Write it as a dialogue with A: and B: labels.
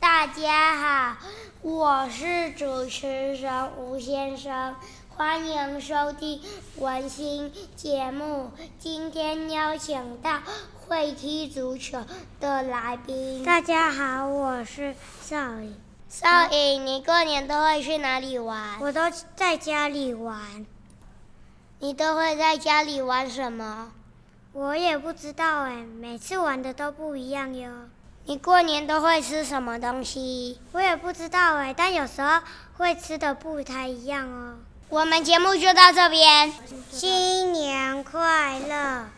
A: 大家好，我是主持人吴先生，欢迎收听文心节目。今天邀请到会踢足球的来宾。
B: 大家好，我是邵颖，
A: 少颖，你过年都会去哪里玩？
B: 我都在家里玩，
A: 你都会在家里玩什么？
B: 我也不知道哎，每次玩的都不一样哟。
A: 你过年都会吃什么东西？
B: 我也不知道哎，但有时候会吃的不太一样哦。
A: 我们节目就到这边。
B: 新年快乐！